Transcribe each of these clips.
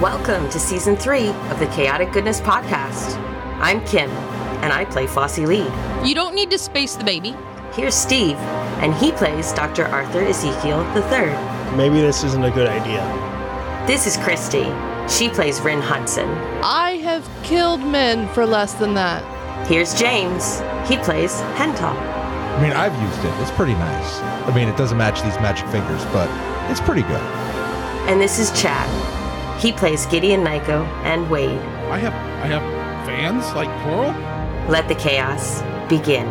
Welcome to season three of the Chaotic Goodness Podcast. I'm Kim, and I play Flossie Lee. You don't need to space the baby. Here's Steve, and he plays Dr. Arthur Ezekiel III. Maybe this isn't a good idea. This is Christy. She plays Rin Hudson. I have killed men for less than that. Here's James. He plays Hental. I mean, I've used it. It's pretty nice. I mean, it doesn't match these magic fingers, but it's pretty good. And this is Chad. He plays Gideon Nyko and Wade. I have I have fans like plural. Let the chaos begin.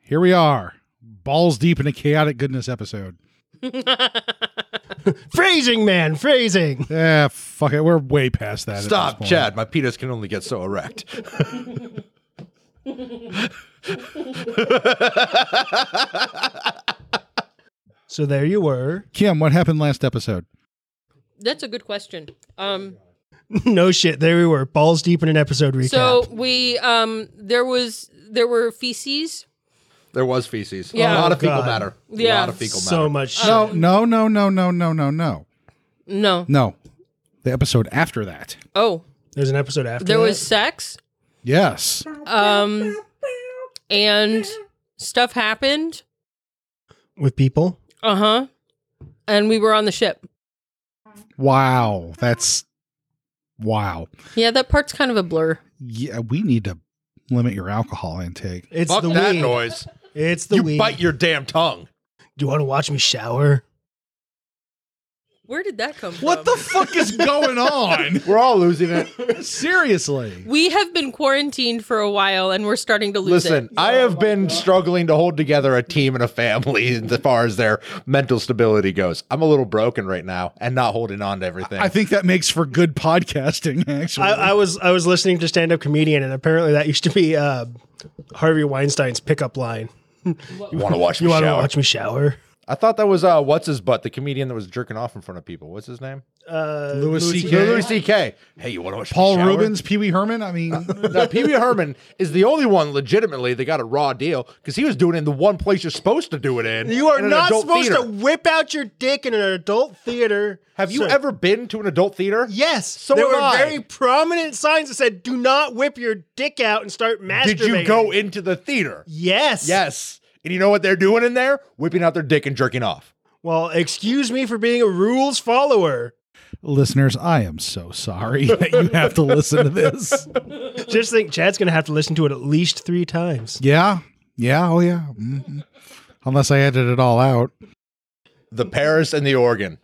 Here we are, balls deep in a chaotic goodness episode. Phrasing, man, phrasing. Yeah, Eh, fuck it, we're way past that. at this Stop, point. Chad. My penis can only get so erect. So there you were. Kim, what happened last episode? That's a good question. Um, no shit, there we were. Balls deep in an episode recap. so we um, there was there were feces. There was feces. Yeah. a lot of fecal Oh, God. matter. Yeah. a lot of fecal so matter. much shit. No, no, no, no, no, no, no, no, No. no. The episode after that. Oh, There's an episode after. there that. was sex. Yes, Um, and stuff happened. with people. Uh huh. And we were on the ship. wow, that's wow. Yeah, that part's kind of a blur. Yeah, we need to limit your alcohol intake. It's Fuck the that weed. noise. It's the you weed. bite your damn tongue. Do you want to watch me shower? Where did that come from? What the fuck is going on? We're all losing it. Seriously. We have been quarantined for a while, and we're starting to lose Listen, it. I have been struggling to hold together a team and a family as far as their mental stability goes. I'm a little broken right now and not holding on to everything. I think that makes for good podcasting, actually. I, I was I was listening to stand up comedian, and apparently that used to be uh, Harvey Weinstein's pickup line. you want to watch You me want to shower? watch me shower? I thought that was uh, what's his butt, the comedian that was jerking off in front of people. What's his name? Uh, Louis Louis CK. CK. Louis C.K. Hey, you want to watch me Paul shower? Rubens, Pee Wee Herman. I mean, Now, Pee Wee Herman is the only one legitimately that got a raw deal because he was doing it in the one place you're supposed to do it in. You are in an not adult supposed theater. to whip out your dick in an adult theater. Have you Sir. ever been to an adult theater? Yes. So there have were I. very prominent signs that said, "Do not whip your dick out and start masturbating." Did you go into the theater? Yes. Yes. And you know what they're doing in there? Whipping out their dick and jerking off. Well, excuse me for being a rules follower. listeners, I am so sorry that you have to listen to this. Just think, Chad's going to have to listen to it at least three times. Yeah. Yeah. Oh, yeah. Mhm. Unless I edit it all out. The Paris and the Oregon.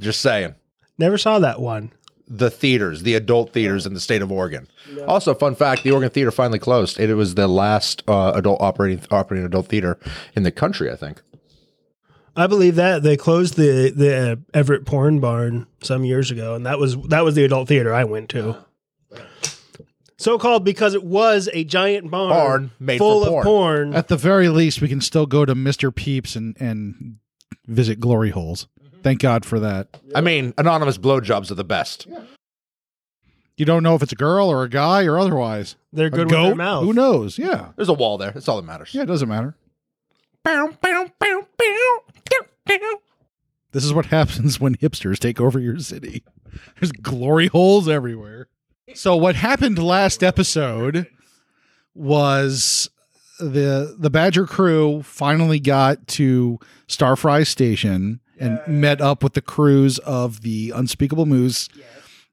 Just saying. Never saw that one. The theaters, the adult theaters in the state of Oregon. Also, fun fact: the Oregon Theater finally closed. It, was the last uh, adult operating operating adult theater in the country, I think. I believe that they closed the the uh, Everett Porn Barn some years ago, and that was that was the adult theater I went to. So called because it was a giant barn, Barn made full for of porn. At the very least, we can still go to Mr. Peeps and, and visit glory holes. Thank God for that. I mean, anonymous blowjobs are the best. You don't know if it's a girl or a guy or otherwise. They're A good with their goat? mouth. Who knows? Yeah. There's a wall there. That's all that matters. Yeah, it doesn't matter. This is what happens when hipsters take over your city. There's glory holes everywhere. So what happened last episode was the the Badger crew finally got to Starfry Station and met up with the crews of the Unspeakable Moose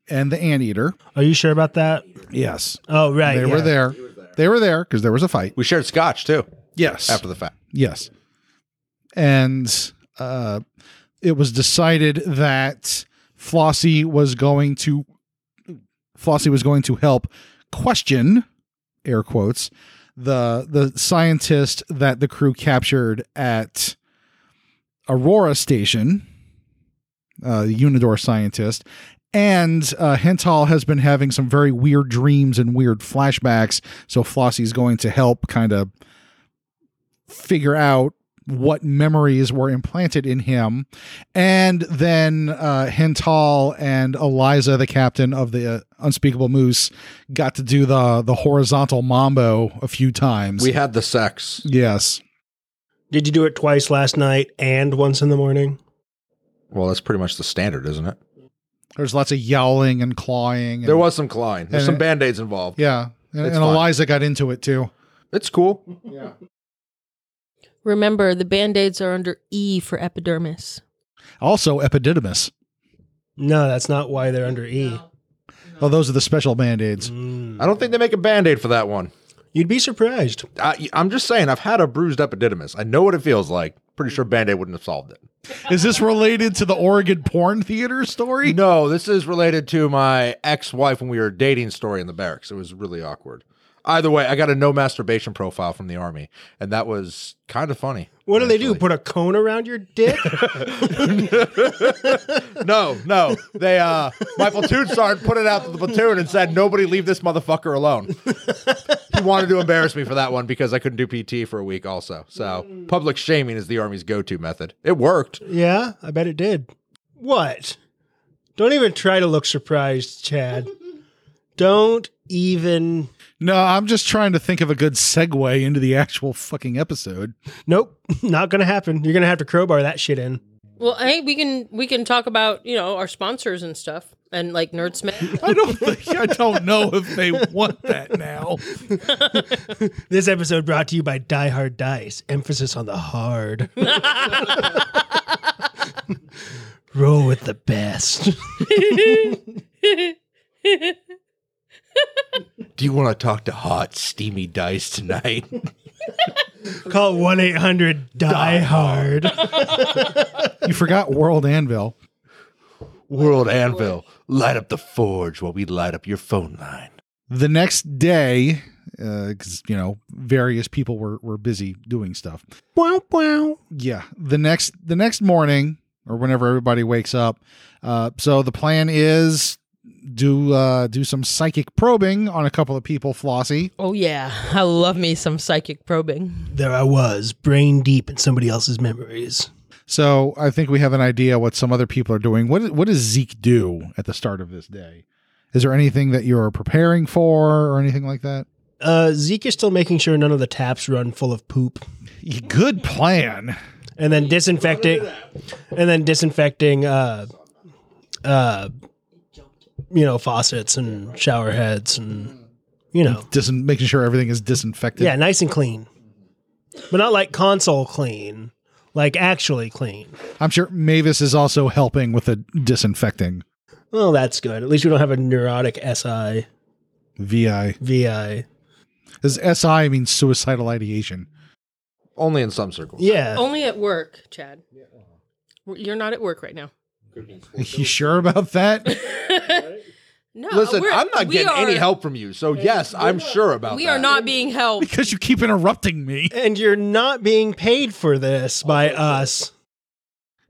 and the Anteater. Are you sure about that? Yes. Oh, right. They yeah. were there. They were there because there was a fight. We shared scotch too Yes. after the fact. Yes. And uh, it was decided that Flossie was going to Flossie was going to help question air quotes the the scientist that the crew captured at Aurora Station, uh, the Unidor scientist, and uh, Hental has been having some very weird dreams and weird flashbacks. So Flossie's going to help kind of figure out what memories were implanted in him. And then uh, Hental and Eliza, the captain of the uh, Unspeakable Moose, got to do the the horizontal mambo a few times. We had the sex. yes. Did you do it twice last night and once in the morning? Well, that's pretty much the standard, isn't it? There's lots of yowling and clawing. And, There was some Klein. There's some And- band aids involved. Yeah. And, It's and fine. Eliza got into it too. It's cool. Remember, the band aids are under E for epidermis. Also, epididymis. No, that's not why they're under E. Oh, those are the special band aids. Mm. I don't think they make a band aid for that one. You'd be surprised. I, I'm just saying, I've had a bruised epididymis. I know what it feels like. Pretty sure Band Aid wouldn't have solved it. Is this related to the Oregon porn theater story? No, this is related to my ex wife when we were dating story in the barracks. It was really awkward. Either way, I got a no masturbation profile from the army, and that was kind of funny. What do they do? actually. Put a cone around your dick? No, no. They uh my platoon sergeant put it out to the platoon and said, Nobody leave this motherfucker alone. he wanted to embarrass me for that one because I couldn't do PT for a week also. So public shaming is the army's go to method. It worked. yeah, I bet it did. What? Don't even try to look surprised, Chad. Don't even. No, I'm just trying to think of a good segue into the actual fucking episode. Nope, not gonna happen. You're gonna have to crowbar that shit in. Well, hey, we can we can talk about you know our sponsors and stuff and like Nerdsmith. I don't think I don't know if they want that now. This episode brought to you by Die Hard Dice. Emphasis on the hard. Roll with the best. Do you want to talk to hot, steamy dice tonight? Call 1 800 Die Hard. You forgot World Anvil. World Anvil, light up the forge while we light up your phone line. The next day, because you know various people were were busy doing stuff. wow, wow. yeah the next the next morning or whenever everybody wakes up uh so the plan is do uh do some psychic probing on a couple of people flossie oh yeah, I love me some psychic probing. There I was, brain deep in somebody else's memories. so i think we have an idea what some other people are doing what what does zeke do at the start of this day is there anything that you're preparing for or anything like that Uh, Zeke is still making sure none of the taps run full of poop. good plan And then disinfecting. And then disinfecting, uh, uh, you know, faucets and shower heads and, you know. Dis- making sure everything is disinfected Yeah, nice and clean. But not like console clean, like actually clean. i'm sure mavis is also helping with the disinfecting Well, that's good. At least we don't have a neurotic SI, vi VI. Does si means suicidal ideation Only in some circles. Yeah. Only at work, Chad. You're not at work right now. You sure about that? No, Listen, we're- I'm not we getting any are- help from you, so yes, I'm sure about We that. are not being helped. Because you keep interrupting me. And you're not being paid for this by us.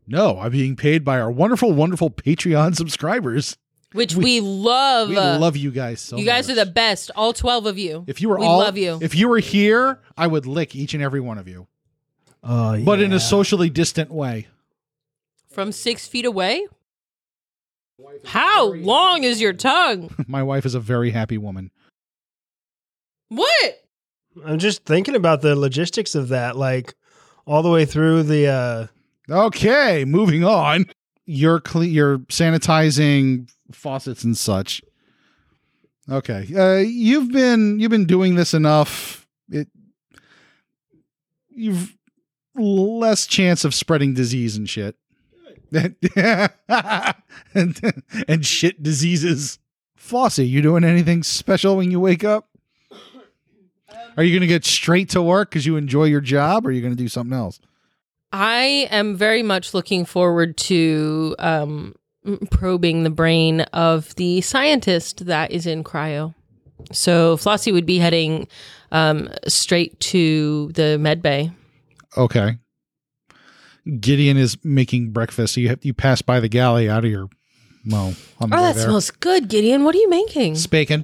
No, I'm being paid by our wonderful, wonderful Patreon subscribers. which we, love. We love you guys so uh, you guys much. are the best. All twelve of you. If you were we all love you. if you were here, I would lick each and every one of you. Oh, But in a socially distant way. From six feet away. How long is your tongue? My wife is a very happy woman. What? I'm just thinking about the logistics of that, like all the way through the. uh Okay, moving on. You're cle- you're sanitizing faucets and such. Okay, uh, you've been you've been doing this enough. It you've less chance of spreading disease and shit. and, and shit diseases. Flossie, you doing anything special when you wake up? Are you going to get straight to work because you enjoy your job, or are you going to do something else? I am very much looking forward to um, probing the brain of the scientist that is in cryo. So Flossie would be heading um, straight to the med bay. Okay. Gideon is making breakfast. So you have, you pass by the galley out of your well on the Oh, way that there. smells good, Gideon. What are you making? Spaken.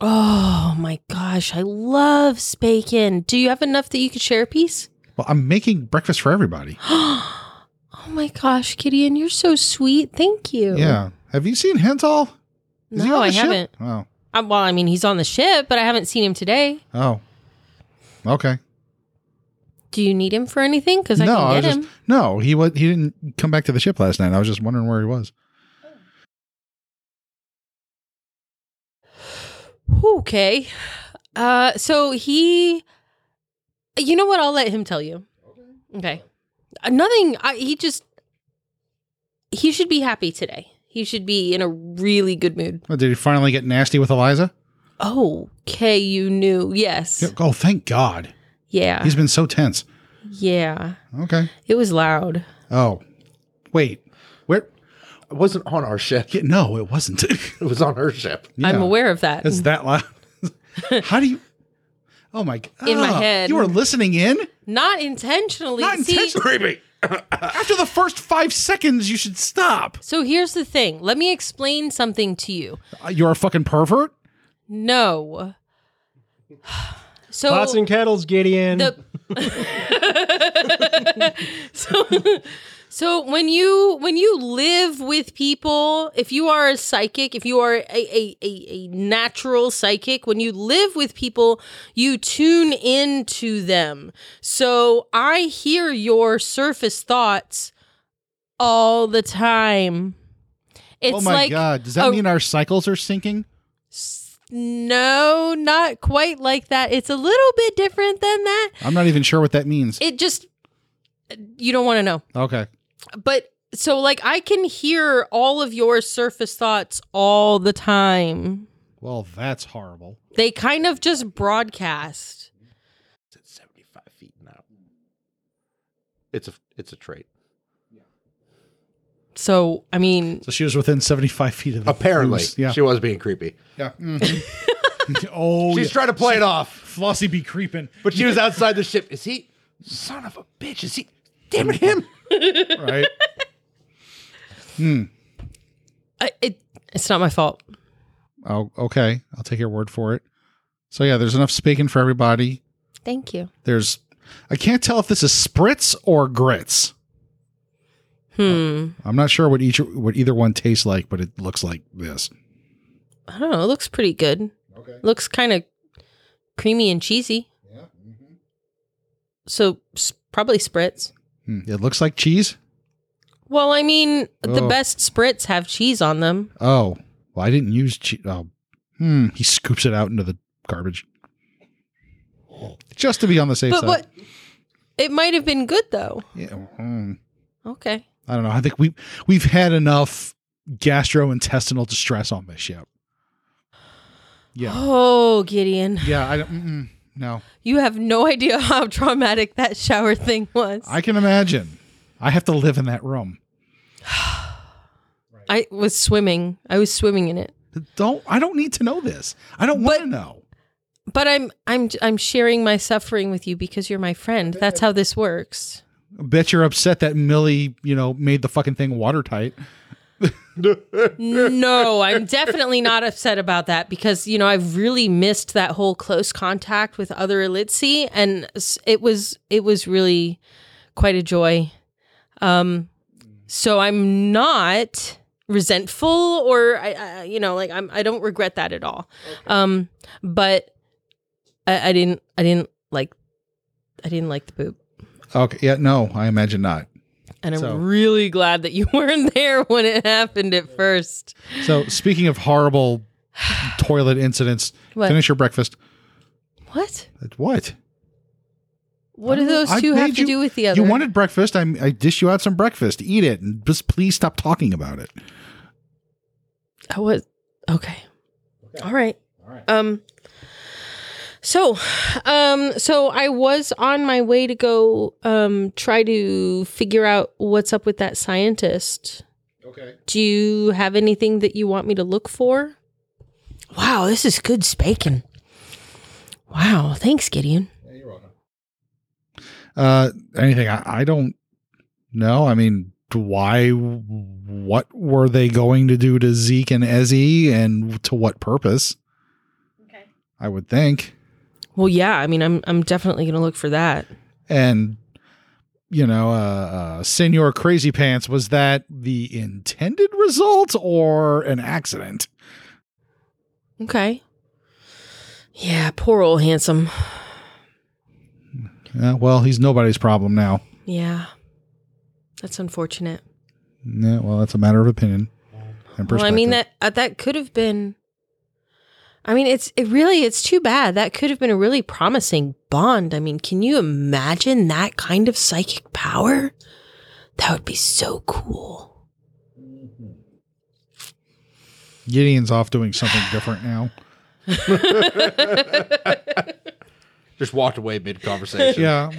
Oh my gosh, I love bacon. Do you have enough that you could share a piece? Well, I'm making breakfast for everybody. Oh my gosh, Gideon, you're so sweet. Thank you. Yeah. Have you seen Henthal? Is he No, on I the ship? haven't. Oh. I, Uh, well, I mean, he's on the ship, but I haven't seen him today. Oh. Okay. Do you need him for anything? Because I no, can I get was just him. no. He was he didn't come back to the ship last night. I was just wondering where he was. Okay. Uh, so he, you know what? I'll let him tell you. Okay. Uh, nothing. I, he just, he should be happy today. He should be in a really good mood. Oh, did he finally get nasty with Eliza? Okay, you knew. Yes. Yeah, Oh, thank God. Yeah. He's been so tense. Yeah. Okay. It was loud. Oh, wait. Where? It wasn't on our ship. Yeah, no, it wasn't. It was on her ship. I'm Yeah. aware of that. It's that loud. How do you? Oh my god! In my head. you were listening in. Not intentionally. Not See, Creepy. intentionally. After the first five seconds, you should stop. So here's the thing. Let me explain something to you. Uh, You're a fucking pervert. No. So Pots and kettles, Gideon. the so, so when you when you live with people if you are a psychic if you are a, a, a, a natural psychic when you live with people you tune into them so i hear your surface thoughts all the time it's oh my like god! Does that a- mean our cycles are sinking? no not quite like that it's a little bit different than that I'm not even sure what that means. it just you don't want to know okay. but so like I can hear all of your surface thoughts all the time. Well, that's horrible. They kind of just broadcast. It's at 75 feet now. It's a it's a trait. So I mean, So she was within 75 feet of the Apparently, ooze. Yeah. she was being creepy. yeah. Mhm. oh, She's yeah. trying to play it off, Flossie be creeping. but she was outside the ship. Is he? Son of a bitch! Is he? Damn it, him! Right. I, it it's not my fault. Oh, okay. I'll take your word for it. So yeah, there's enough speaking for everybody. Thank you. There's I can't tell if this is spritz or grits. Hmm. I'm not sure what each what either one tastes like, but it looks like this. I don't know. It looks pretty good. Okay. Looks kind of creamy and cheesy. Yeah. mm-hmm. So s- probably spritz. Hmm, It looks like cheese. Well, I mean, the Oh. best spritz have cheese on them. Oh, well, I didn't use cheese. Oh, hmm. He scoops it out into the garbage, just to be on the safe But side. what? It might have been good though. Yeah, mm. Okay. I don't know. I think we we've had enough gastrointestinal distress on this ship. Yeah. Oh, Gideon. Yeah. I don't. Mm-mm, no. You have no idea how traumatic that shower thing was. I can imagine. I have to live in that room. I was swimming. I was swimming in it. Don't I don't need to know this. I don't want to know. But I'm I'm I'm sharing my suffering with you because you're my friend. That's how this works. I bet you're upset that Millie, you know, made the fucking thing watertight. No, I'm definitely not upset about that because you know I've really missed that whole close contact with other Elitsi, and s- it was it was really quite a joy. Um, so I'm not resentful or I, I you know like I'm I don't regret that at all. Um, but I, I didn't I didn't like I didn't like the poop, Okay. Yeah, no, I imagine not. and I'm So- really glad that you weren't there when it happened at first. So speaking of horrible toilet incidents, What? finish your breakfast. What? What? What do those I two made have to you- do with the other? You wanted breakfast. I, I dished you out some breakfast. Eat it. And just please stop talking about it. I was Uh, okay. All right. Um so um so I was on my way to go um try to figure out what's up with that scientist. Okay. Do you have anything that you want me to look for? Wow, this is good spaking. Wow. Thanks, Gideon. Uh, anything? I, I don't know. I mean, why? What were they going to do to Zeke and Ezzy, and to what purpose? I would think. Well, yeah. I mean, I'm I'm definitely gonna look for that. And you know, uh, uh, Senor Crazy Pants was that the intended result or an accident? Okay. Yeah. Poor old handsome. Uh, well, he's nobody's problem now. Yeah. That's unfortunate. Yeah, well, that's a matter of opinion. And Well, I mean perspective. that uh, that could have been. I mean, it's it really it's too bad. That could have been a really promising bond. I mean, can you imagine that kind of psychic power? That would be so cool. Gideon's off doing something different now. Just walked away mid conversation. Yeah.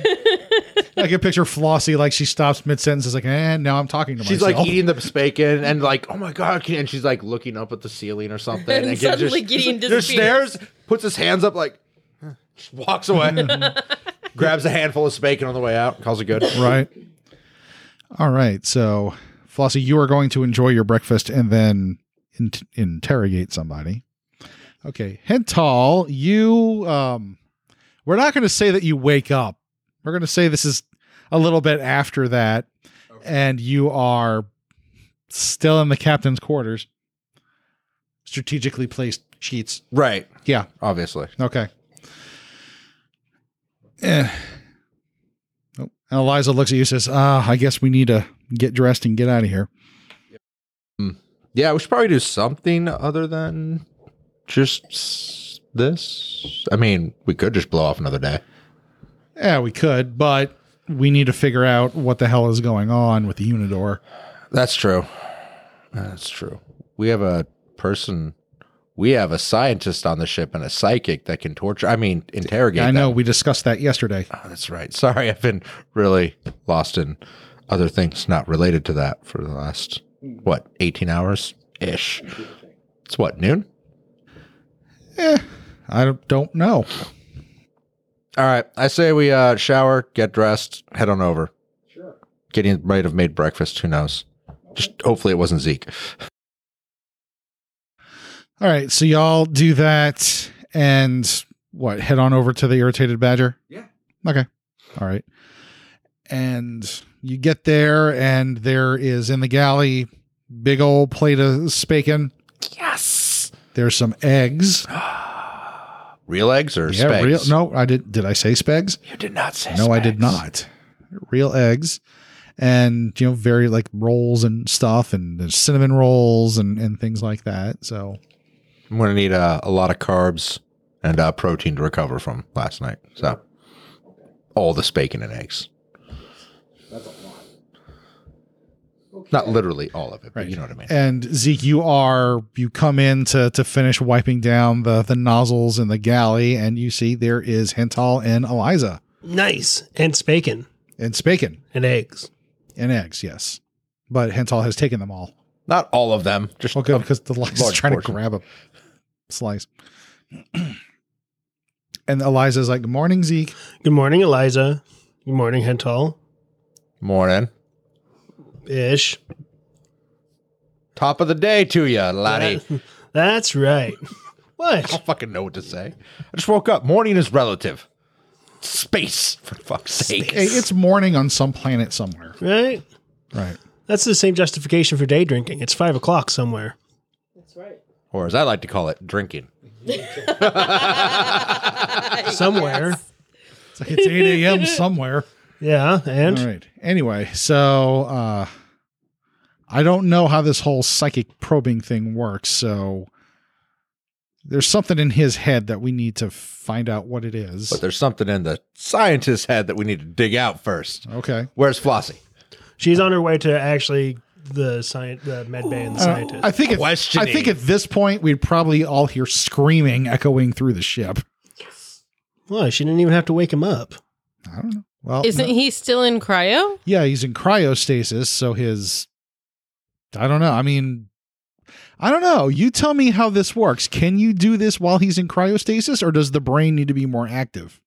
I can picture Flossie like she stops mid sentence. Is like, and now I'm talking to She's myself. like eating the bacon and like, oh my god, can-" and she's like looking up at the ceiling or something. And Gideon suddenly just, Gideon just disappears. stares, puts his hands up, like huh, just walks away, grabs a handful of bacon on the way out, calls it good. right. All right. So, Flossie, you are going to enjoy your breakfast and then in- interrogate somebody. Okay, Hental, you. Um, we're not going to say that you wake up. We're going to say this is a little bit after that, and you are still in the captain's quarters, strategically placed sheets. Right, Yeah. obviously. Okay. Eh. Oh, and Eliza looks at you and says, Ah, I guess we need to get dressed and get out of here. Yeah, we should probably do something other than just s- this. I mean, we could just blow off another day. Yeah, Eh, we could, but we need to figure out what the hell is going on with the Unidor. That's true. That's true. We have a person. We have a scientist on the ship and a psychic that can torture. I mean, interrogate. I them. know we discussed that yesterday. Oh, that's right. Sorry, I've been really lost in other things not related to that for the last what eighteen hours ish. It's what noon. I don't- don't know. All right, I say we uh, shower, get dressed, head on over. Sure. Gideon might have made breakfast. Who knows? Just hopefully it wasn't Zeke. All right, so y'all do that and what? Head on over to the irritated badger. Yeah. Okay. All right. And you get there, and there is in the galley big old plate of bacon. Yes. There's some eggs. Real eggs or Yeah, spags? real. No, I did. Did I say spegs? you did not say. No, I did spags. not. Real eggs, and you know, very like rolls and stuff, and there's cinnamon rolls and and things like that. So I'm gonna need uh, a lot of carbs and uh, protein to recover from last night. So all this bacon and eggs. That's a lot. Not literally all of it, but you know what I mean. And Zeke, you are you come in to to finish wiping down the the nozzles in the galley, and you see there is Hental and Eliza Nice. And spaken and Spaken and eggs. and eggs. Yes, but Hental has taken them all. Not all of them. Just Well, good because the Eliza's large trying portion. to grab a slice. and Eliza's like, "Good morning, Zeke." Good morning, Eliza. Good morning, Hental. morning. Ish. Top of the day to you, laddie. That's right. I What? don't fucking know what to say. I just woke up. Morning is relative. Space, for fuck's sake. Hey, it's morning on some planet somewhere, Right? right? That's the same justification for day drinking. It's five o'clock somewhere. Or as I like to call it, drinking. Somewhere. It's like it's eight a.m. somewhere. Yeah. And All right. Anyway, so uh I don't know how this whole psychic probing thing works, so there's something in his head that we need to find out what it is. But there's something in the scientist's head that we need to dig out first. Okay. Where's Flossie? she's on her way to actually the science, the med bay and the scientist. Uh, I think at, I Questioning. think at this point we'd probably all hear screaming echoing through the ship. Why? She didn't even have to wake him up. I don't know. Well, Isn't no- he still in cryo? yeah, he's in cryostasis, so his I don't know. I mean, I don't know. You tell me how this works. Can you do this while he's in cryostasis, or does the brain need to be more active?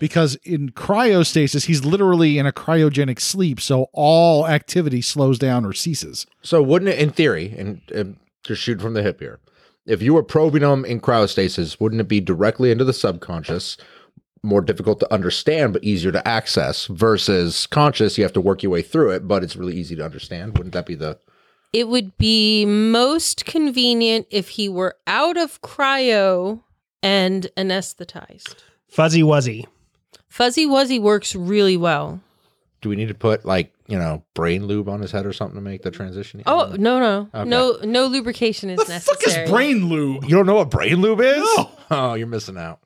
Because in cryostasis, he's literally in a cryogenic sleep, so all activity slows down or ceases. So wouldn't it, in theory, and, and just shoot from the hip here, if you were probing them in cryostasis, wouldn't it be directly into the subconscious, more difficult to understand but easier to access versus conscious? You have to work your way through it, but it's really easy to understand. Wouldn't that be the? It would be most convenient if he were out of cryo and anesthetized. Fuzzy Wuzzy. Fuzzy Wuzzy works really well. Do we need to put like you know brain lube on his head or something to make the transition? Oh no no Okay. no no lubrication is necessary. brain lube? you don't know what brain lube is? Oh, you're missing out.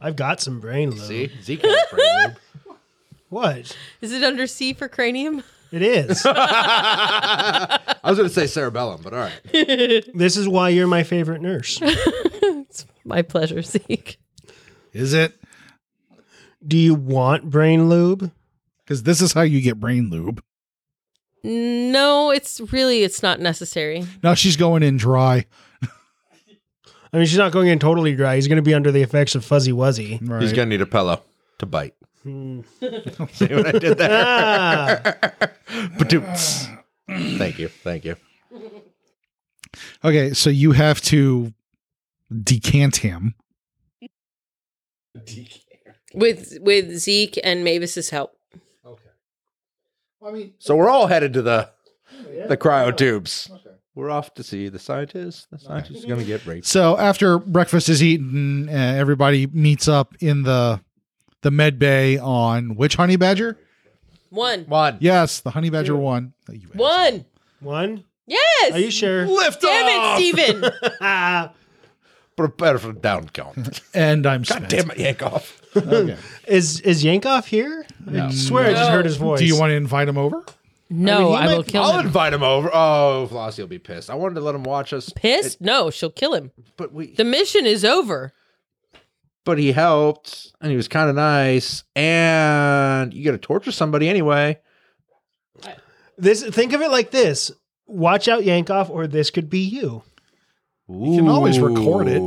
I've got some brain lube. See, Zeke has brain lube. What? Is it under C for cranium? It is. I was going to say cerebellum, but all right. this is why you're my favorite nurse. My pleasure, Zeke. Is it? Do you want brain lube? Because this is how you get brain lube. No, it's really it's not necessary. Now she's going in dry. I mean, she's not going in totally dry. He's going to be under the effects of Fuzzy Wuzzy. Right. He's going to need a pillow to bite. See what I did there? Ah, Badoots. Thank you. Thank you. okay, so you have to decant him. With with Zeke and Mavis's help. So we're all headed to the the cryo tubes. We're off to see the scientist. The scientist is going to get raped. So after breakfast is eaten, uh, everybody meets up in the the med bay on which honey badger? One. One. Yes, the honey badger one. Oh, you ass. One. one. Yes. Are you sure? Lift Damn it, Steven. Ah, Prepare for down count. And I'm God Spence. damn it, Yankoff. Okay. is is Yankoff here? I swear I just No. heard his voice. Do you want to invite him over? No, I I, mean, he will might- kill I'll him. invite him over. Oh, Flossie will be pissed. I wanted to let him watch us, Pissed? no, she'll kill him. but we. The mission is over. But he helped, and he was kind of nice. And you got to torture somebody anyway. this? Think of it like this: Watch out, Yankoff, or this could be you. You can always record it.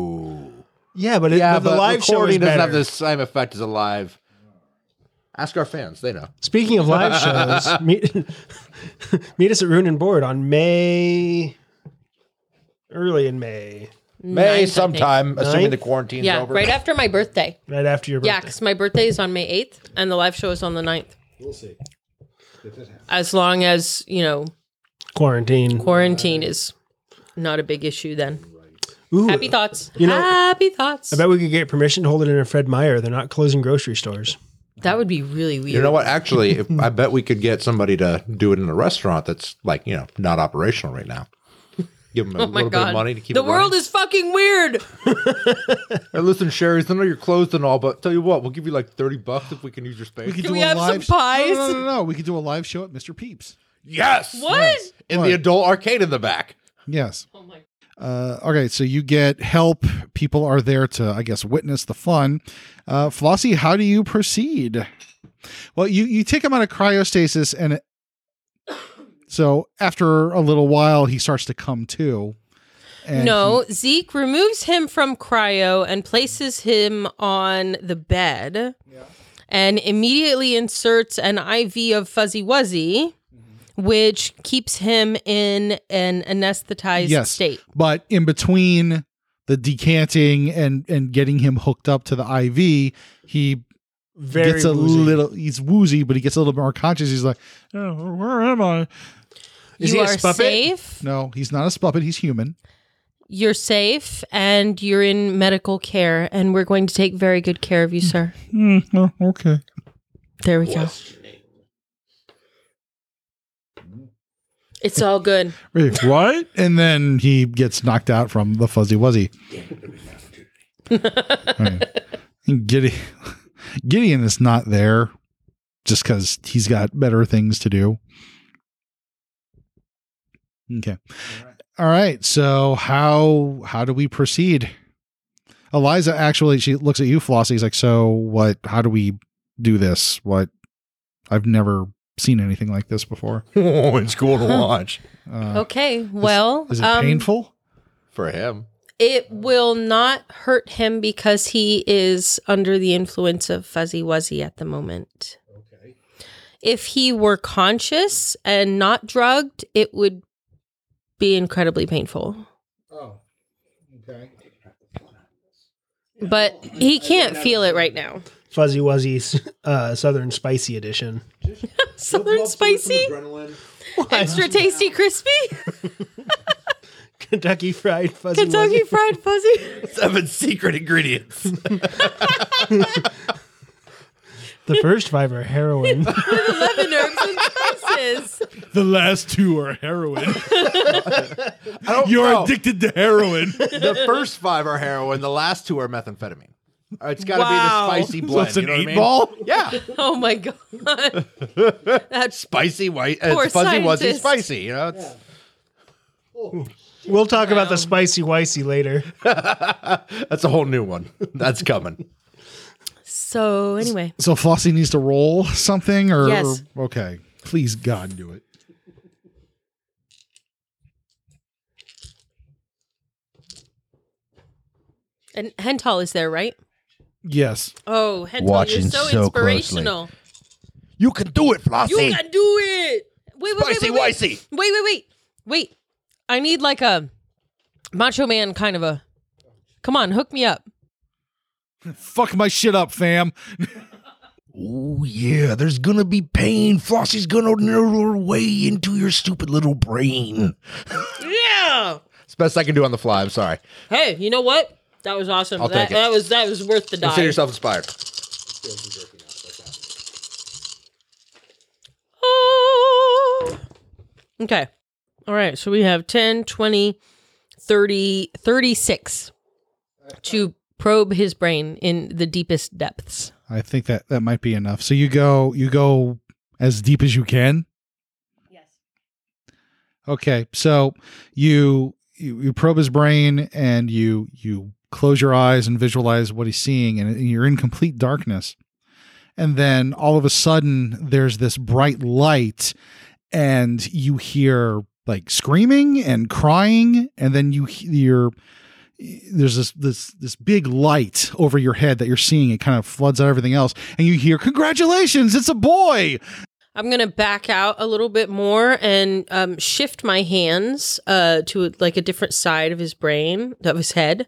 Yeah, but, it, Yeah, but the but live show is recording doesn't have better. the same effect as a live. Ask our fans; they know. Speaking of live shows, meet, meet us at Rune and Board on May, early in May, Ninth, I May think. sometime, assuming Ninth? the quarantine's Yeah, over. right after my birthday. right after your Yeah, birthday. because my birthday is on May 8th and the live show is on the 9th. We'll see. As long as, you know, Quarantine. quarantine is not a big issue then. Ooh, Happy thoughts. know- Happy thoughts. I bet we could get permission to hold it in a Fred Meyer. They're not closing grocery stores. that would be really weird. You know what? Actually, if, I bet we could get somebody to do it in a restaurant that's like you know not operational right now. Give them a Oh my little bit god. of money to keep the it world running. is fucking weird. Hey, listen, Sherry's. I know you're closed and all, but tell you what, we'll give you like thirty bucks if we can use your space. could Can we have some sh- No, pies? no, no, no, no. We could do a live show at Mr. Peeps. yes. What? In What? the adult arcade in the back. Yes. Oh Uh, okay, so you get help. People are there to, I guess, witness the fun. Uh, Flossie, how do you proceed? Well, you you take him out of cryostasis, and it, so after a little while, he starts to come to. And No, Zeke removes him from cryo and places him on the bed and immediately inserts an IV of Fuzzy Wuzzy, Mm-hmm. which keeps him in an anesthetized Yes. state. but in between the decanting and and getting him hooked up to the IV, he Very gets a woozy. little. He's woozy, but he gets a little bit more conscious. He's like, oh, "Where am I?" Is you he a are spuppet? safe. No, he's not a spuppet. He's human. You're safe and you're in medical care, and we're going to take very good care of you, sir. okay. There we go. It's all Uh, good. Wait, what? and then he gets knocked out from the fuzzy wuzzy. Right. And Gide- Gideon is not there just because he's got better things to do. Okay. All right. So how how do we proceed? Eliza actually she looks at you, Flossie. He's like, so what how do we do this? What I've never seen anything like this before. Uh, Oh, it's cool to watch Okay. Well, Is it um, painful? for him. it will not hurt him because he is under the influence of Fuzzy Wuzzy at the moment. If he were conscious and not drugged, it would be incredibly painful. Oh, okay. But he can't feel it right now. Fuzzy Wuzzy's uh, Southern Spicy Edition. Southern spicy, extra tasty, crispy, Kentucky Fried Fuzzy Kentucky fried fuzzy. Seven secret ingredients. Wuzzy. The first five are heroin. Eleven herbs and spices. The last two are heroin. I don't You're know. addicted to heroin. the first five are heroin. The last two are methamphetamine. Uh, It's got to Wow. be the spicy blend. it's an you know what I eight mean? ball? Yeah, Oh my god, that's spicy white. uh, Poor It's fuzzy wuzzy scientist. spicy. You know, it's, we'll talk about the Spicy Wicey later. that's a whole new one. That's coming. so. Anyway, so Flossie needs to roll something or, Yes. or- okay. Please God do it. And Hental is there, right? Yes. Oh, Hental, Watching you're so, so inspirational. You can do it, Flossie. You can do it. Wait, wait, Spicy wait, wait, wait. wicey. Wait, wait, wait. Wait. I need like a macho man kind of a Come on, hook me up. Fuck my shit up, fam. Oh, yeah, there's gonna be pain. Flossie's gonna nurgle her way into your stupid little brain. Yeah. It's best I can do on the fly. I'm sorry. Hey, you know what? That was awesome. I'll that take it. that was that was worth the Consider dive. yourself inspired. Oh. Okay. All right, so we have 10, 20, 30, 36 to probe his brain in the deepest depths. I think that that might be enough. So you go you go as deep as you can. Yes. Okay. So you you, you probe his brain and you you close your eyes and visualize what he's seeing and you're in complete darkness. And then all of a sudden there's this bright light and you hear like screaming and crying and then you hear there's this this this big light over your head that you're seeing it kind of floods out everything else and you hear congratulations it's a boy I'm gonna back out a little bit more and um, shift my hands uh, to like a different side of his brain, of his head,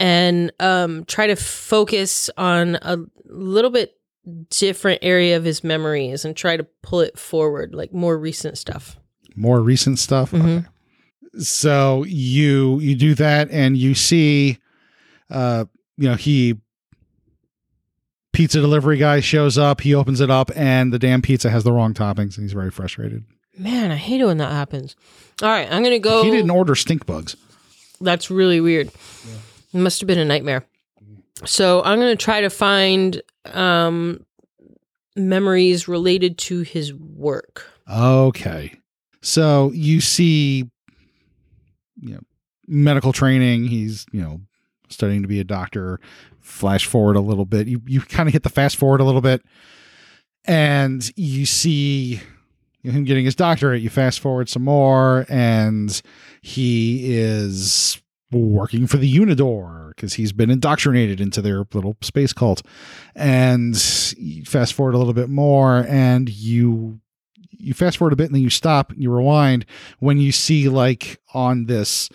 and um, try to focus on a little bit different area of his memories and try to pull it forward, like more recent stuff. more recent stuff okay. so you you do that and you see uh you know he pizza delivery guy shows up he opens it up and the damn pizza has the wrong toppings and he's very frustrated Man, I hate it when that happens. All right, I'm gonna go. he didn't order stink bugs That's really weird. It must have been a nightmare. So I'm going to try to find um, memories related to his work. Okay. So you see, you know, medical training. He's, you know, studying to be a doctor. Flash forward a little bit. You, you kind of hit the fast forward a little bit. And you see him getting his doctorate. You fast forward some more, and he is working for the Unidor because he's been indoctrinated into their little space cult. And you fast forward a little bit more, and you you fast forward a bit and then you stop you rewind when you see like on this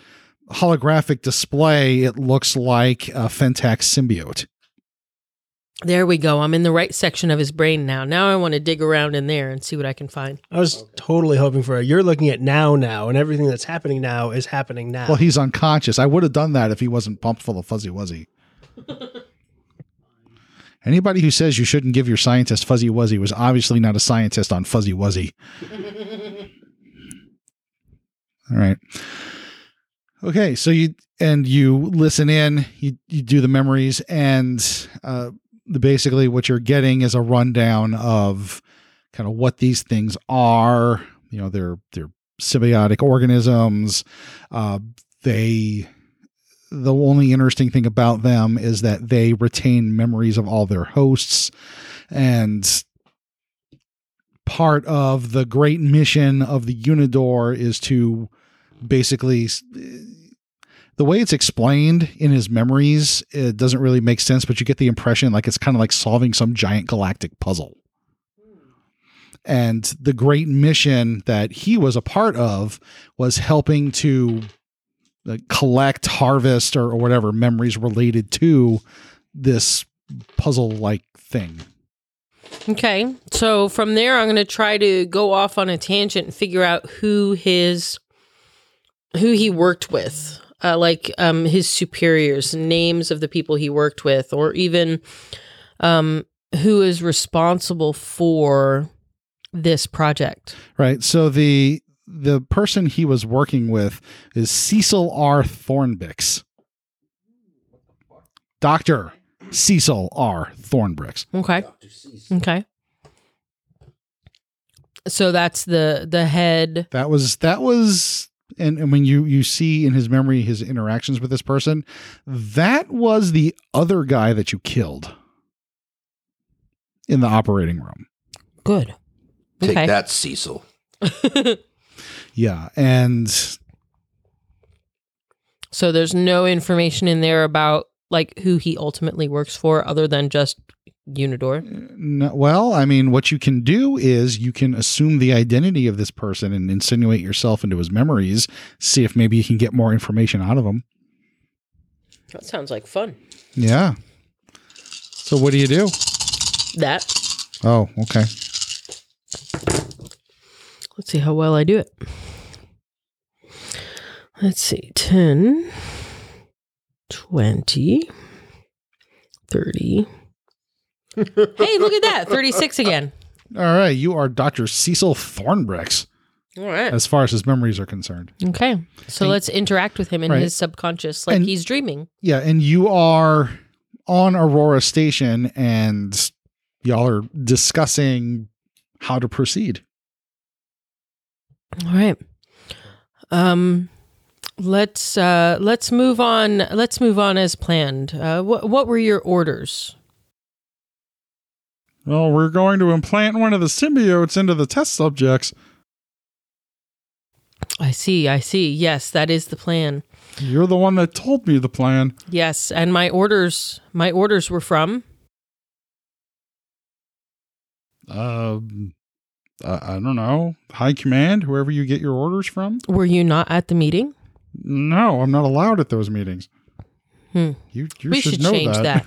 holographic display it looks like a fentax symbiote There we go. I'm in the right section of his brain now. Now I want to dig around in there and see what I can find. I was totally hoping for a. You're looking at now, now, and everything that's happening now is happening now. well he's unconscious i would have done that if he wasn't pumped full of fuzzy wuzzy anybody who says you shouldn't give your scientist fuzzy wuzzy was obviously not a scientist on fuzzy wuzzy all right okay so you and you listen in you, you do the memories and uh, basically what you're getting is a rundown of kind of what these things are you know they're they're symbiotic organisms uh, they the only interesting thing about them is that they retain memories of all their hosts and part of the great mission of the Unidor is to basically the way it's explained in his memories it doesn't really make sense but you get the impression like it's kind of like solving some giant galactic puzzle and the great mission that he was a part of was helping to uh, collect harvest or, or whatever memories related to this puzzle like thing Okay. So from there, I'm going to try to go off on a tangent and figure out who his, who he worked with, uh, like um, his superiors, names of the people he worked with, or even um, who is responsible for this project. right so the the person he was working with is cecil r thornbix dr cecil r thornbix Okay. Okay. So that's the the head. that was that was and, and when you you see in his memory his interactions with this person that was the other guy that you killed in the operating room Good. Take Okay. that, Cecil. yeah and So there's no information in there about like who he ultimately works for other than just Unidor. no, well i mean what you can do is you can assume the identity of this person and insinuate yourself into his memories see if maybe you can get more information out of him That sounds like fun. yeah so what do you do That. oh okay Let's see how well I do it. Let's see 10, 20, 30. hey, look at that. 36 again. all right you are dr cecil thornbrix All right. as far as his memories are concerned. Okay. So let's interact with him in Right. his subconscious like And- he's dreaming. Yeah, and you are on Aurora Station and y'all are discussing how to proceed. All right. Um let's uh let's move on let's move on as planned. Uh what what were your orders? Well, we're going to implant one of the symbiotes into the test subjects. I see, I see. Yes, that is the plan. You're the one that told me the plan. Yes, and my orders my orders were from Um I I don't know. High command, whoever you get your orders from? were you not at the meeting? No, I'm not allowed at those meetings. Hmm. You, you we should, should, know change that. that.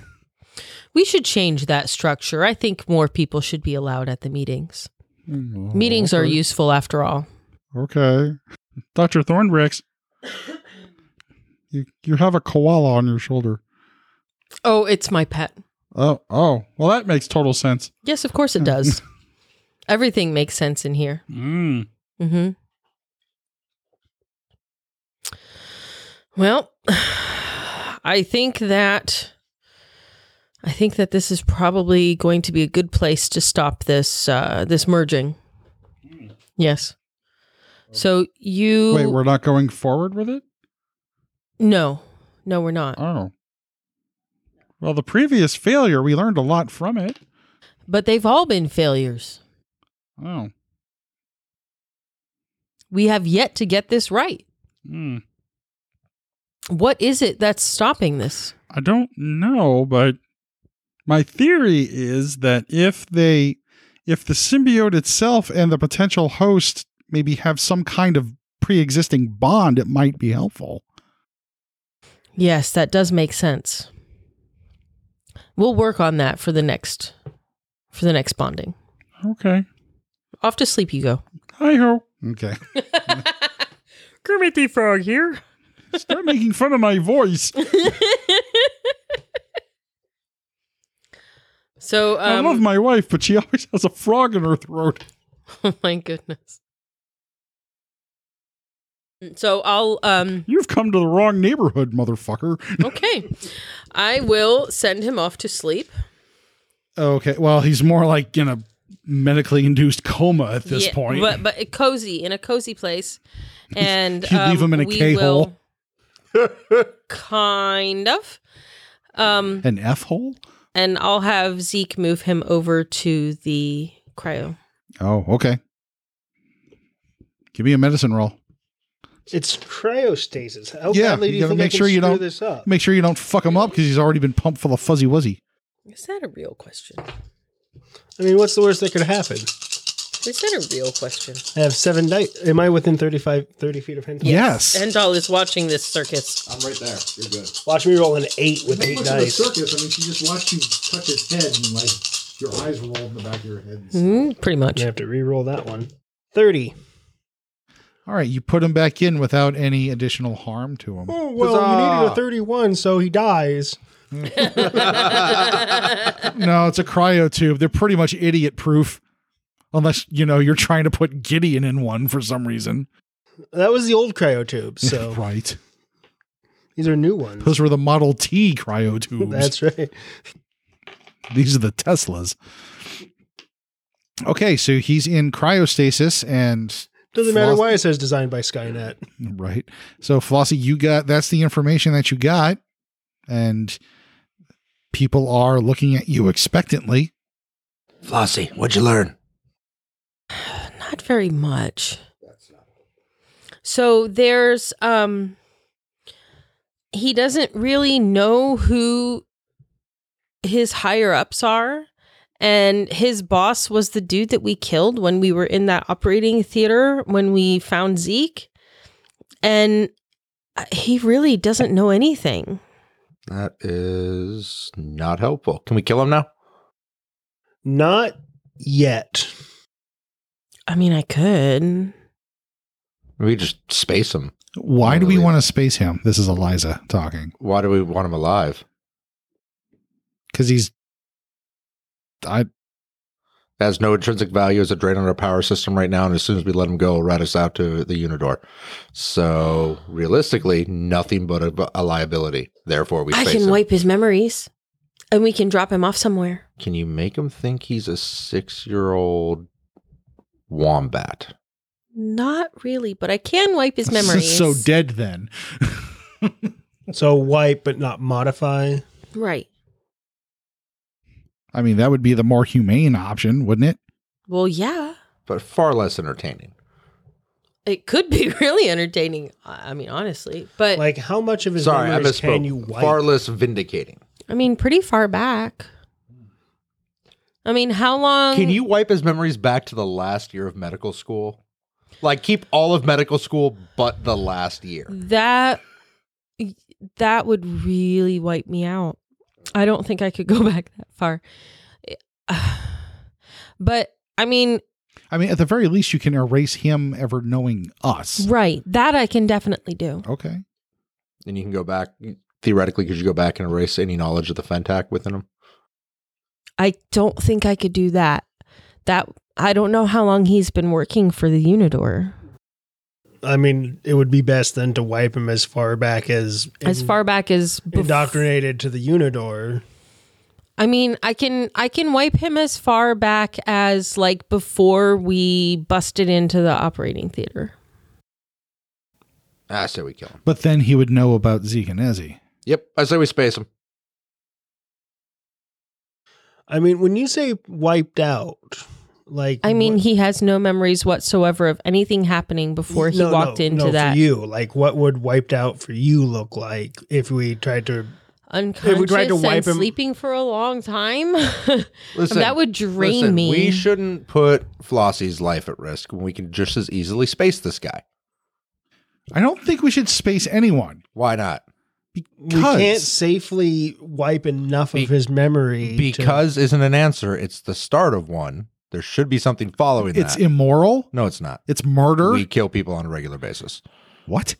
we should change that structure. I think more people should be allowed at the meetings. Meetings are Oh, Okay. useful after all. Okay. Dr. Thornbricks, you you have a koala on your shoulder. Oh, it's my pet. Oh, oh. Well, that makes total sense. Yes, of course it does. Everything makes sense in here. Mm. Mm-hmm. Well, I think that I think that this is probably going to be a good place to stop this uh, this merging. Yes. So you Wait, we're not going forward with it? no, no, we're not. Oh. Well, the previous failure, we learned a lot from it. But they've all been failures. Oh. We have yet to get this right. Mm. What is it that's stopping this? I don't know, but my theory is that if they if the symbiote itself and the potential host maybe have some kind of pre-existing bond, it might be helpful. Yes, that does make sense. We'll work on that for the next for the next bonding. Okay. Off to sleep you go. Hi ho. Okay. Kermit the Frog here. Stop making fun of my voice. So um, I love my wife, but she always has a frog in her throat. oh my goodness. So I'll um You've come to the wrong neighborhood, motherfucker. okay. I will send him off to sleep. Okay. Well, he's more like in a medically induced coma at Yeah, But but cozy in a cozy place. And You leave um, him in a we K-hole? will- kind of. Um An F hole? and I'll have Zeke move him over to the cryo. Oh, okay. Give me a medicine roll. It's cryostasis. How Yeah, badly Oh, you do you gotta think make I can sure you screw don't- this up? Make sure you don't fuck him up because he's already been pumped full of fuzzy wuzzy. Is that a real question? I mean, what's the worst that could happen? Is that a real question? I have seven dice. Am I within 35, 30 feet of him? Yes. Endall is watching this circus. I'm right there. You're good. Watch me roll an eight with Not eight much of a dice. circus. I mean, she just watched you touch his head and like your eyes rolled in the back of your head. and stuff. Mm, pretty much. I have to re-roll that one. Thirty. All right, you put him back in without any additional harm to him. Oh well, you needed Huzzah. a thirty-one, so he dies. No, it's a cryo tube. They're pretty much idiot proof. Unless, you know, you're trying to put Gideon in one for some reason. That was the old cryo tubes. So right. these are new ones. Those were the Model T cryo tubes. That's right. These are the Teslas. Okay, so he's in cryostasis and Doesn't matter Floss- why it says designed by Skynet. right. So Flossie, you got that's the information that you got and people are looking at you expectantly. Flossie, what'd you learn? Not very much. So there's um he doesn't really know who his higher ups are and his boss was the dude that we killed when we were in that operating theater when we found Zeke and uh, he really doesn't know anything. That is not helpful. Can we kill him now? Not yet. I mean, I could. We just space him. Why do we Really? want to space him? This is Eliza talking. Why do we want him alive? Because he's I That has no intrinsic value as a drain on our power system right now, and as soon as we let him go, it'll rat us out to the Unidor. So realistically, nothing but a, a liability. Therefore, we I space can him. wipe his memories and we can drop him off somewhere. Can you make him think he's a six-year-old wombat? Not really, but I can wipe his memories. so dead then. So wipe, but not modify. Right. I mean, that would be the more humane option, wouldn't it? Well, yeah. But far less entertaining. It could be really entertaining. I I mean, honestly, but Like how much of his Sorry, I memories misspoke. can you wipe? Far less vindicating. I mean, pretty far back. I mean, how long? Can you wipe his memories back to the last year of medical school? Like keep all of medical school but the last year. That that would really wipe me out. I don't think I could go back that far. But I mean, I mean, at the very least, you can erase him ever knowing us. right? That I can definitely do. Okay. And you can go back theoretically could you go back and erase any knowledge of the Fentac within him? I don't think I could do that. That I don't know how long he's been working for the Unidor. I mean, it would be best then to wipe him as far back as As in- far back as bef- indoctrinated to the Unidor. I mean, I can I can wipe him as far back as like before we busted into the operating theater. I say we kill him. But then he would know about Zeke and Ezzy. Yep, I say we space him. I mean, when you say wiped out, like I mean, what- he has no memories whatsoever of anything happening before he No, no, walked into no, for that you, like, what would wiped out for you look like if we tried to? unconscious to wipe and him- sleeping for a long time. Listen, that would drain listen, me. We shouldn't put Flossie's life at risk when we can just as easily space this guy. I don't think we should space anyone. Why not? We Because can't safely wipe enough Be- of his memory to- Because isn't an answer, it's the start of one. There should be something following it's Er? that. immoral. no, it's not. It's murder. We kill people on a regular basis. what?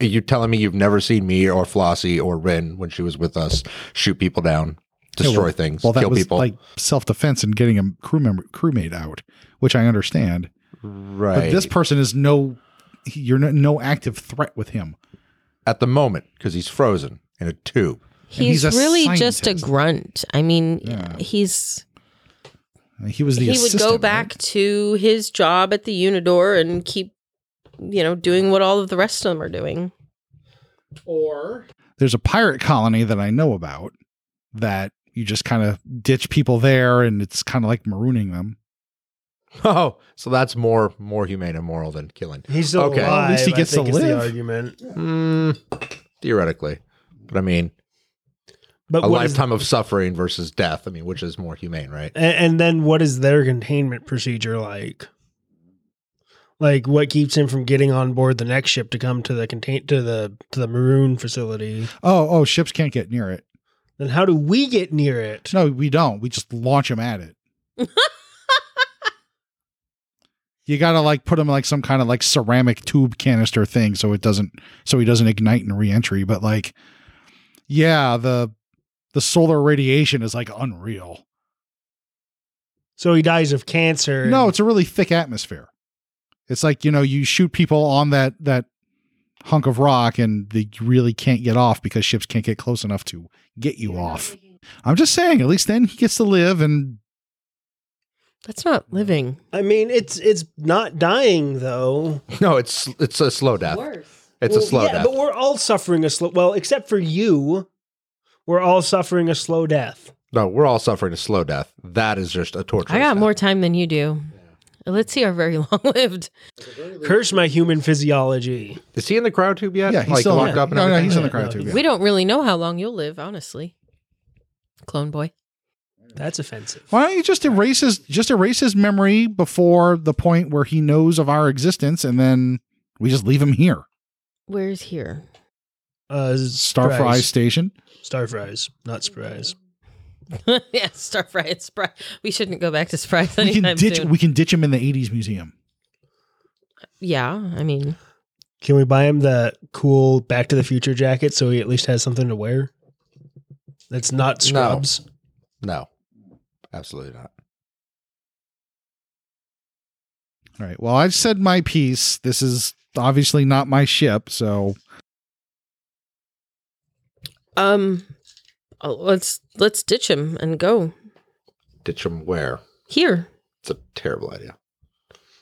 Are you telling me you've never seen me or Flossie or Rin when she was with us shoot people down, destroy Yeah, well- things, Well, that kill was people? like self defense and getting a crew member, crewmate out, which I understand. right. But this person is no, he- you're no, no active threat with him. At the moment, because he's frozen in a tube. he's, he's a really just a scientist. grunt. I mean, Yeah. he's He was the he would assistant, go right? back to his job at the Unidor and keep, you know, doing what all of the rest of them are doing. there's a pirate colony that I know about that you just kind of ditch people there and it's kind of like marooning them. Oh, so that's more more humane and moral than killing. He's still Okay. okay. Well, alive. at least he gets I think to is the live. argument. Mm, theoretically, but I mean, But a what is- lifetime of suffering versus death. I mean, which is more humane, right? a- and then what is their containment procedure like? Like what keeps him from getting on board the next ship to come to the contain to the to the maroon facility? Oh, oh, ships can't get near it. Then how do we get near it? No, we don't. We just launch them at it. you gotta like put them like some kind of like ceramic tube canister thing so it doesn't so he doesn't ignite in reentry. But like, yeah, the the solar radiation is like unreal. So he dies of cancer. and- No, it's a really thick atmosphere. It's like you know you shoot people on that that hunk of rock and they really can't get off because ships can't get close enough to get you off. I'm just saying, at least then he gets to live and That's not living. I mean, it's it's not dying though. No, it's it's a slow death. It's a Well, slow yeah, death. But we're all suffering a slow. Well, except for you, we're all suffering a slow death. no, we're all suffering a slow death. That is just a torture. I got more time than you do. Let's see how very long lived. Curse my human physiology. Is he in the cryo tube yet? Yeah, he's like still locked up. And no, no, everything? he's in the Yeah, no, cryo tube. he's- yeah. We don't really know how long you'll live, honestly. Clone boy. That's offensive. Why don't you just erase his just erase his memory before the point where he knows of our existence, and then we just leave him here, Where's here? Uh, Starfry surprise. Station. Starfries, not surprise. yeah, Starfry and Spry. We shouldn't go back to Spry We can anytime ditch soon. we can ditch him in the '80s museum. yeah, I mean, Can we buy him the cool Back to the Future jacket so he at least has something to wear? That's not scrubs. No, absolutely not. All right. Well, I've said my piece. This is obviously not my ship, so um, oh, let's let's ditch him and go Ditch him where? here. It's a terrible idea.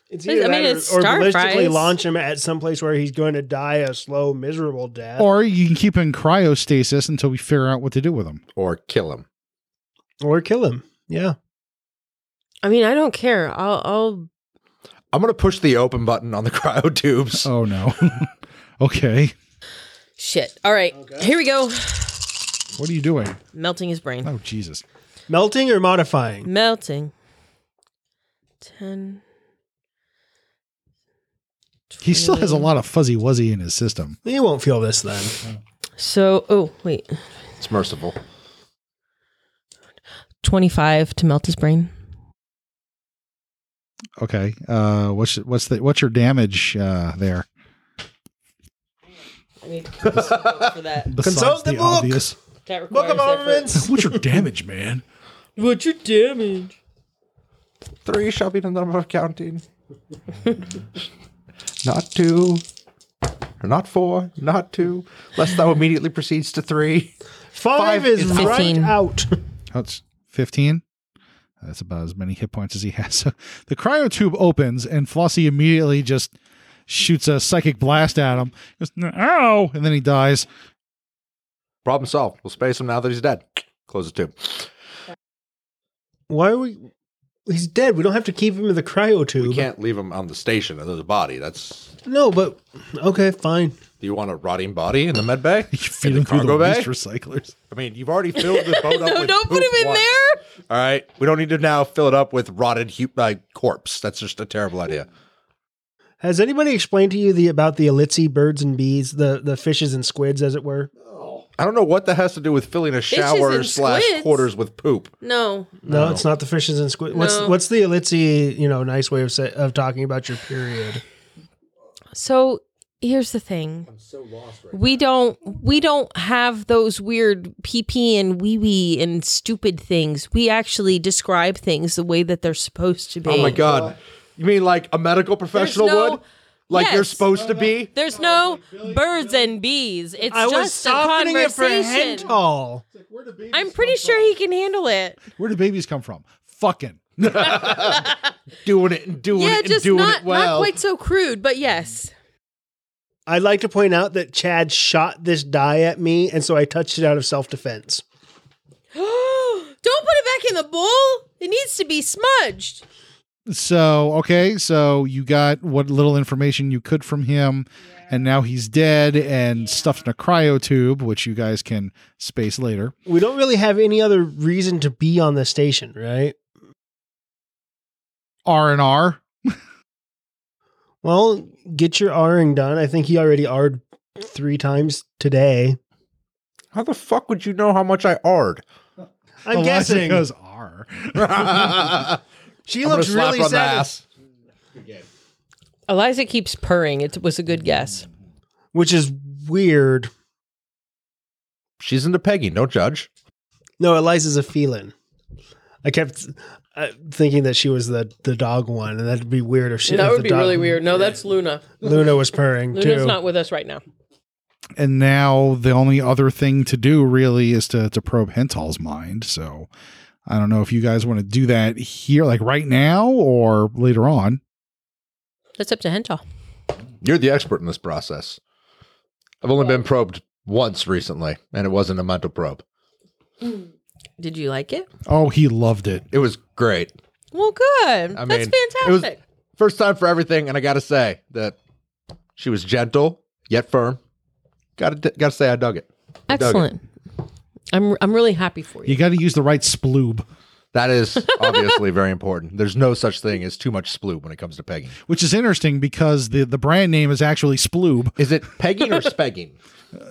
It's I either mean, that or- it's or, Starfries. ballistically launch him at some place where he's going to die a slow, miserable death, or, or you can keep him in cryostasis until we figure out what to do with him. Or kill him. kill him. Yeah, I mean, I don't care. I'll I'll I'm gonna push the open button on the cryo tubes. Oh no. okay. shit. All right, here we go. What are you doing? Melting his brain. Oh Jesus. melting or modifying. Melting. Ten. He still has a lot of fuzzy wuzzy in his system. He won't feel this then. So, oh wait, It's merciful. twenty-five to melt his brain. Okay. Uh, what's what's the what's your damage uh, there? I need to go for that. Besides Consult the book. obvious. That requires Book of effort. Armaments. What's your damage, man? What's your damage? Three shall be the number of counting. not two. Not four. Not two. Lest thou immediately proceeds to three. Five, Five is is right fifteen. out. That's fifteen. That's about as many hit points as he has. So the cryo tube opens, and Flossie immediately just shoots a psychic blast at him. Goes, ow! And then he dies. Problem solved. We'll space him now that he's dead. Close the tube. Why are we? He's dead. We don't have to keep him in the cryo tube. You can't leave him on the station as a body. That's No, but okay, fine. do you want a rotting body in the med bay? You feed in him the through the cargo bay? waste recyclers. I mean, you've already filled the boat up. No, with don't put poop him in once. there. All right, we don't need to now fill it up with rotted hu- like corpse. That's just a terrible idea. Has anybody explained to you the about the elitzy birds and bees, the the fishes and squids, as it were? I don't know what that has to do with filling a shower and slash squids. quarters with poop. No, No, it's not the fishes and squids. What's No. what's the elitzy? You know, nice way of say, of talking about your period. So here's the thing. I'm so lost right we don't we don't have those weird pee pee and wee wee and stupid things. We actually describe things the way that they're supposed to be. Oh my god! You mean like a medical professional no- would? Like you're Yes. supposed to be? There's no birds and bees. It's I was just a softening it for conversation. hental. I'm pretty sure he can handle it. Where do babies come from? Fucking. Doing it and doing yeah, it and just doing not it well. not quite so crude, but yes. I'd like to point out that Chad shot this die at me, and so I touched it out of self defense. don't put it back in the bowl. It needs to be smudged. So, okay, so you got what little information you could from him, and now he's dead and stuffed in a cryo tube, which you guys can space later. We don't really have any other reason to be on the station, right? R and R. Well, get your R'ing done. I think he already R'd three times today. How the fuck would you know how much I ard? I'm Elijah guessing. goes R. she I'm gonna looks slap really her on the sad. ass. Eliza keeps purring. It was a good guess. Which is weird. She's into pegging. Don't judge. No, Eliza's a feeling. I kept uh, thinking that she was the, the dog one, and that'd be weird if she. if the dog- No, that's Luna. Luna was purring too. with us right now. And now the only other thing to do really is to to probe Hental's mind. So I don't know if you guys want to do that here, like right now or later on. That's up to Hental. You're the expert in this process. I've only been probed once recently, and it wasn't a mental probe. Did you like it? Oh, he loved it. It was great. Well, good. I mean, that's it was- fantastic. First time for everything, and I gotta say that she was gentle yet firm. Gotta gotta say, I dug it. I dug it. Excellent. I'm I'm really happy for you. You got to use the right sploob, That is obviously very important. There's no such thing as too much sploob when it comes to pegging. which is interesting because the the brand name is actually Sploob. Is it pegging or spegging?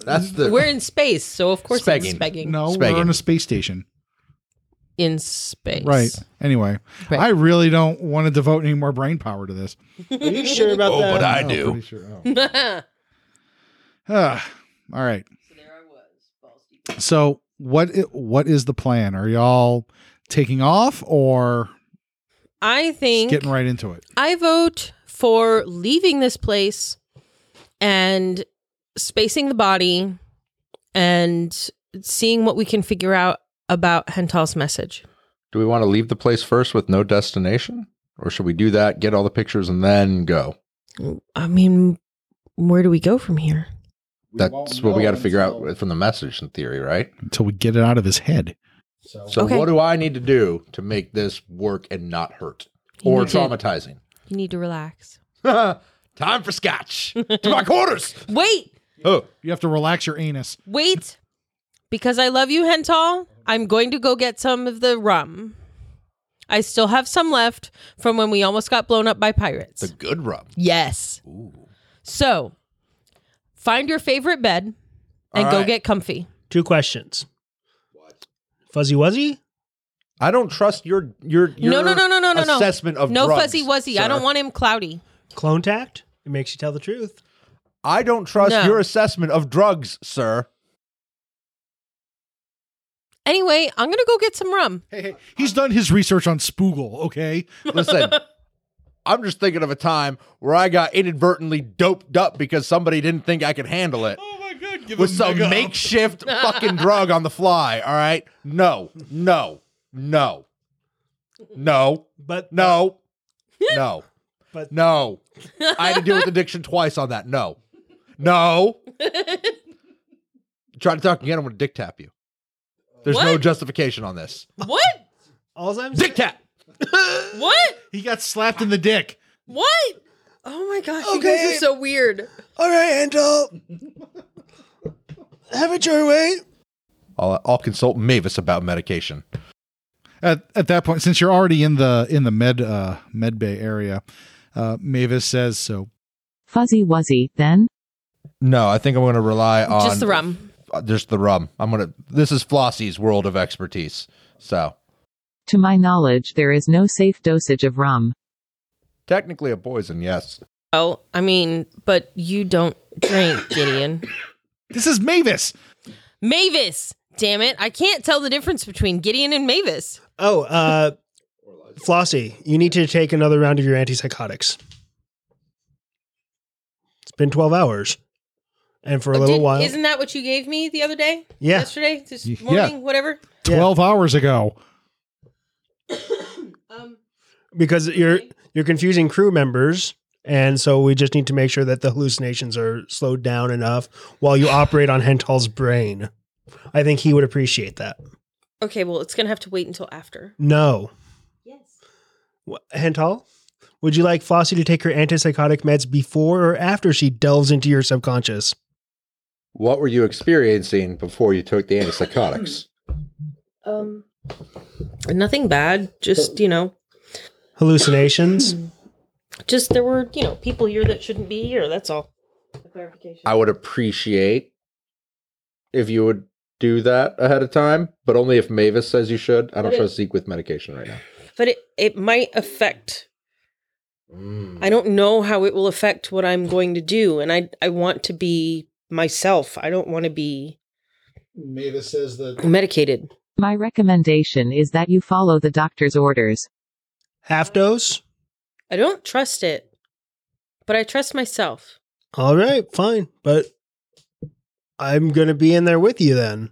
That's the We're in space, so of course Spegging. it's spegging. No, Spagging. we're on a space station. In space. Right. Anyway, Right. I really don't want to devote any more brain power to this. Are you sure about Oh, that? Oh, I Pretty sure. oh. Ah, all right. So what i- what is the plan? Are y'all taking off or I just think getting right into it? I vote for leaving this place and spacing the body and seeing what we can figure out about Hental's message. Do we want to leave the place first with no destination? Or should we do that, get all the pictures, and then go? I mean, where do we go from here? That's what we got to figure out from the message in theory, right? Until we get it out of his head. So, Okay. what do I need to do to make this work and not hurt or need to- traumatizing? You need to relax. Time for scotch to my quarters. Wait, Oh, You have to relax your anus. wait. Because I love you, Hental, I'm going to go get some of the rum. I still have some left from when we almost got blown up by pirates. the good rub. Yes. So find your favorite bed and All go right. get comfy. Two questions. Fuzzy Wuzzy? I don't trust your your, your no, no, no, no, no, no, no. assessment of no drugs, fuzzy wuzzy. I sir. don't want him cloudy. Clone tact? It makes you tell the truth. I don't trust No. your assessment of drugs, sir. Anyway, I'm gonna go get some rum. Hey, hey, he's done his research on Spoogle, okay? Listen, I'm just thinking of a time where I got inadvertently doped up because somebody didn't think I could handle it Oh my god, give with some makeshift fucking drug on the fly. All right, no, no, no, no, But no, no, But- no. I had to deal with addiction twice on that. No, no. Try to talk again. I'm gonna dick tap you. There's no What? justification on this. What? all I'm Dick tap. What? He got slapped in the dick. What? Oh my gosh, you guys are so weird. All right, Angel. Have it your way. I'll, I'll consult Mavis about medication. At at that point, since you're already in the in the med uh med bay area, uh Mavis says so. Fuzzy Wuzzy, then? No, I think I'm going to rely on Just the rum. uh, just the rum. I'm gonna. This is Flossie's world of expertise. So To my knowledge, there is no safe dosage of rum. technically a poison, yes. Oh, I mean, but you don't drink, Gideon. This is Mavis. Mavis! Damn it. I can't tell the difference between Gideon and Mavis. Oh, uh, Flossie, you need to take another round of your antipsychotics. It's been 12 hours. And for a little Did- while. Isn't that what you gave me the other day? Yeah. Yesterday? This Y- yeah. morning? Whatever? Yeah. Twelve hours ago. because you're you're confusing crew members and so we just need to make sure that the hallucinations are slowed down enough while you operate on Hental's brain. I think he would appreciate that. Okay, well, it's gonna have to wait until after. No. Yes. Wh- Hental, would you like Flossie to take her antipsychotic meds before or after she delves into your subconscious? What were you experiencing before you took the antipsychotics? Um, nothing bad. Just you know, Hallucinations? just there were you know people here that shouldn't be here. That's all. Clarification. I would appreciate if you would do that ahead of time, but only if Mavis says you should. I don't trust Zeke with medication right now. but it, it might affect i don't know how it will affect what i'm going to do and i i want to be myself i don't want to be Mavis says that medicated My recommendation is that you follow the doctor's orders. Half dose? i don't trust it but i trust myself All right, fine, but I'm gonna be in there with you then,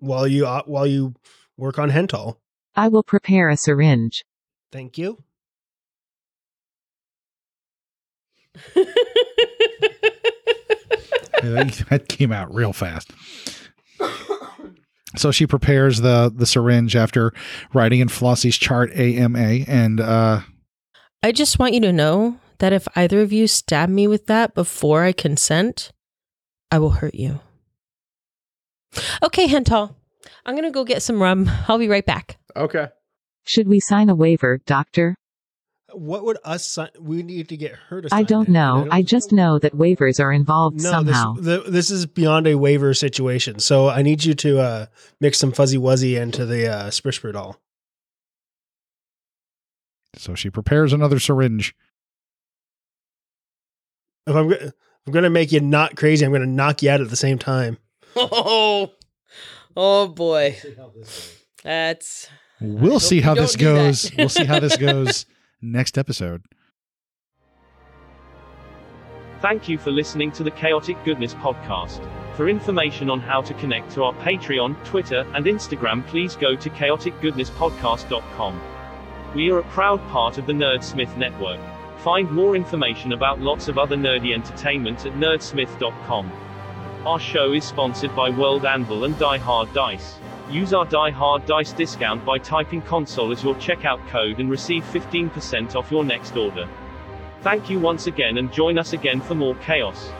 while you uh, while you work on Hental. I will prepare a syringe. Thank you. Yeah, that, that came out real fast. So she prepares the the syringe after writing in Flossie's chart AMA and uh i just want you to know that if either of you stab me with that before i consent i will hurt you okay hental i'm gonna go get some rum i'll be right back Okay. Should we sign a waiver, doctor? What would us sign? We need to get her to. Sign I don't it. know. I just know that waivers are involved No, this, somehow. the, this is beyond a waiver situation. So I need you to uh, mix some fuzzy wuzzy into the uh, Sprishper doll. so she prepares another syringe. If I'm, go- I'm gonna make you not crazy. I'm gonna knock you out at the same time. Oh, oh boy. That's We'll hope see you how don't this do that. goes. we'll see how this goes next episode. Thank you for listening to the Chaotic Goodness Podcast. For information on how to connect to our Patreon, Twitter, and Instagram, please go to chaoticgoodnesspodcast.com. We are a proud part of the Nerdsmith Network. Find more information about lots of other nerdy entertainment at nerdsmith.com. Our show is sponsored by World Anvil and Die Hard Dice. Use our Die Hard Dice discount by typing console as your checkout code and receive 15% off your next order. Thank you once again and join us again for more chaos.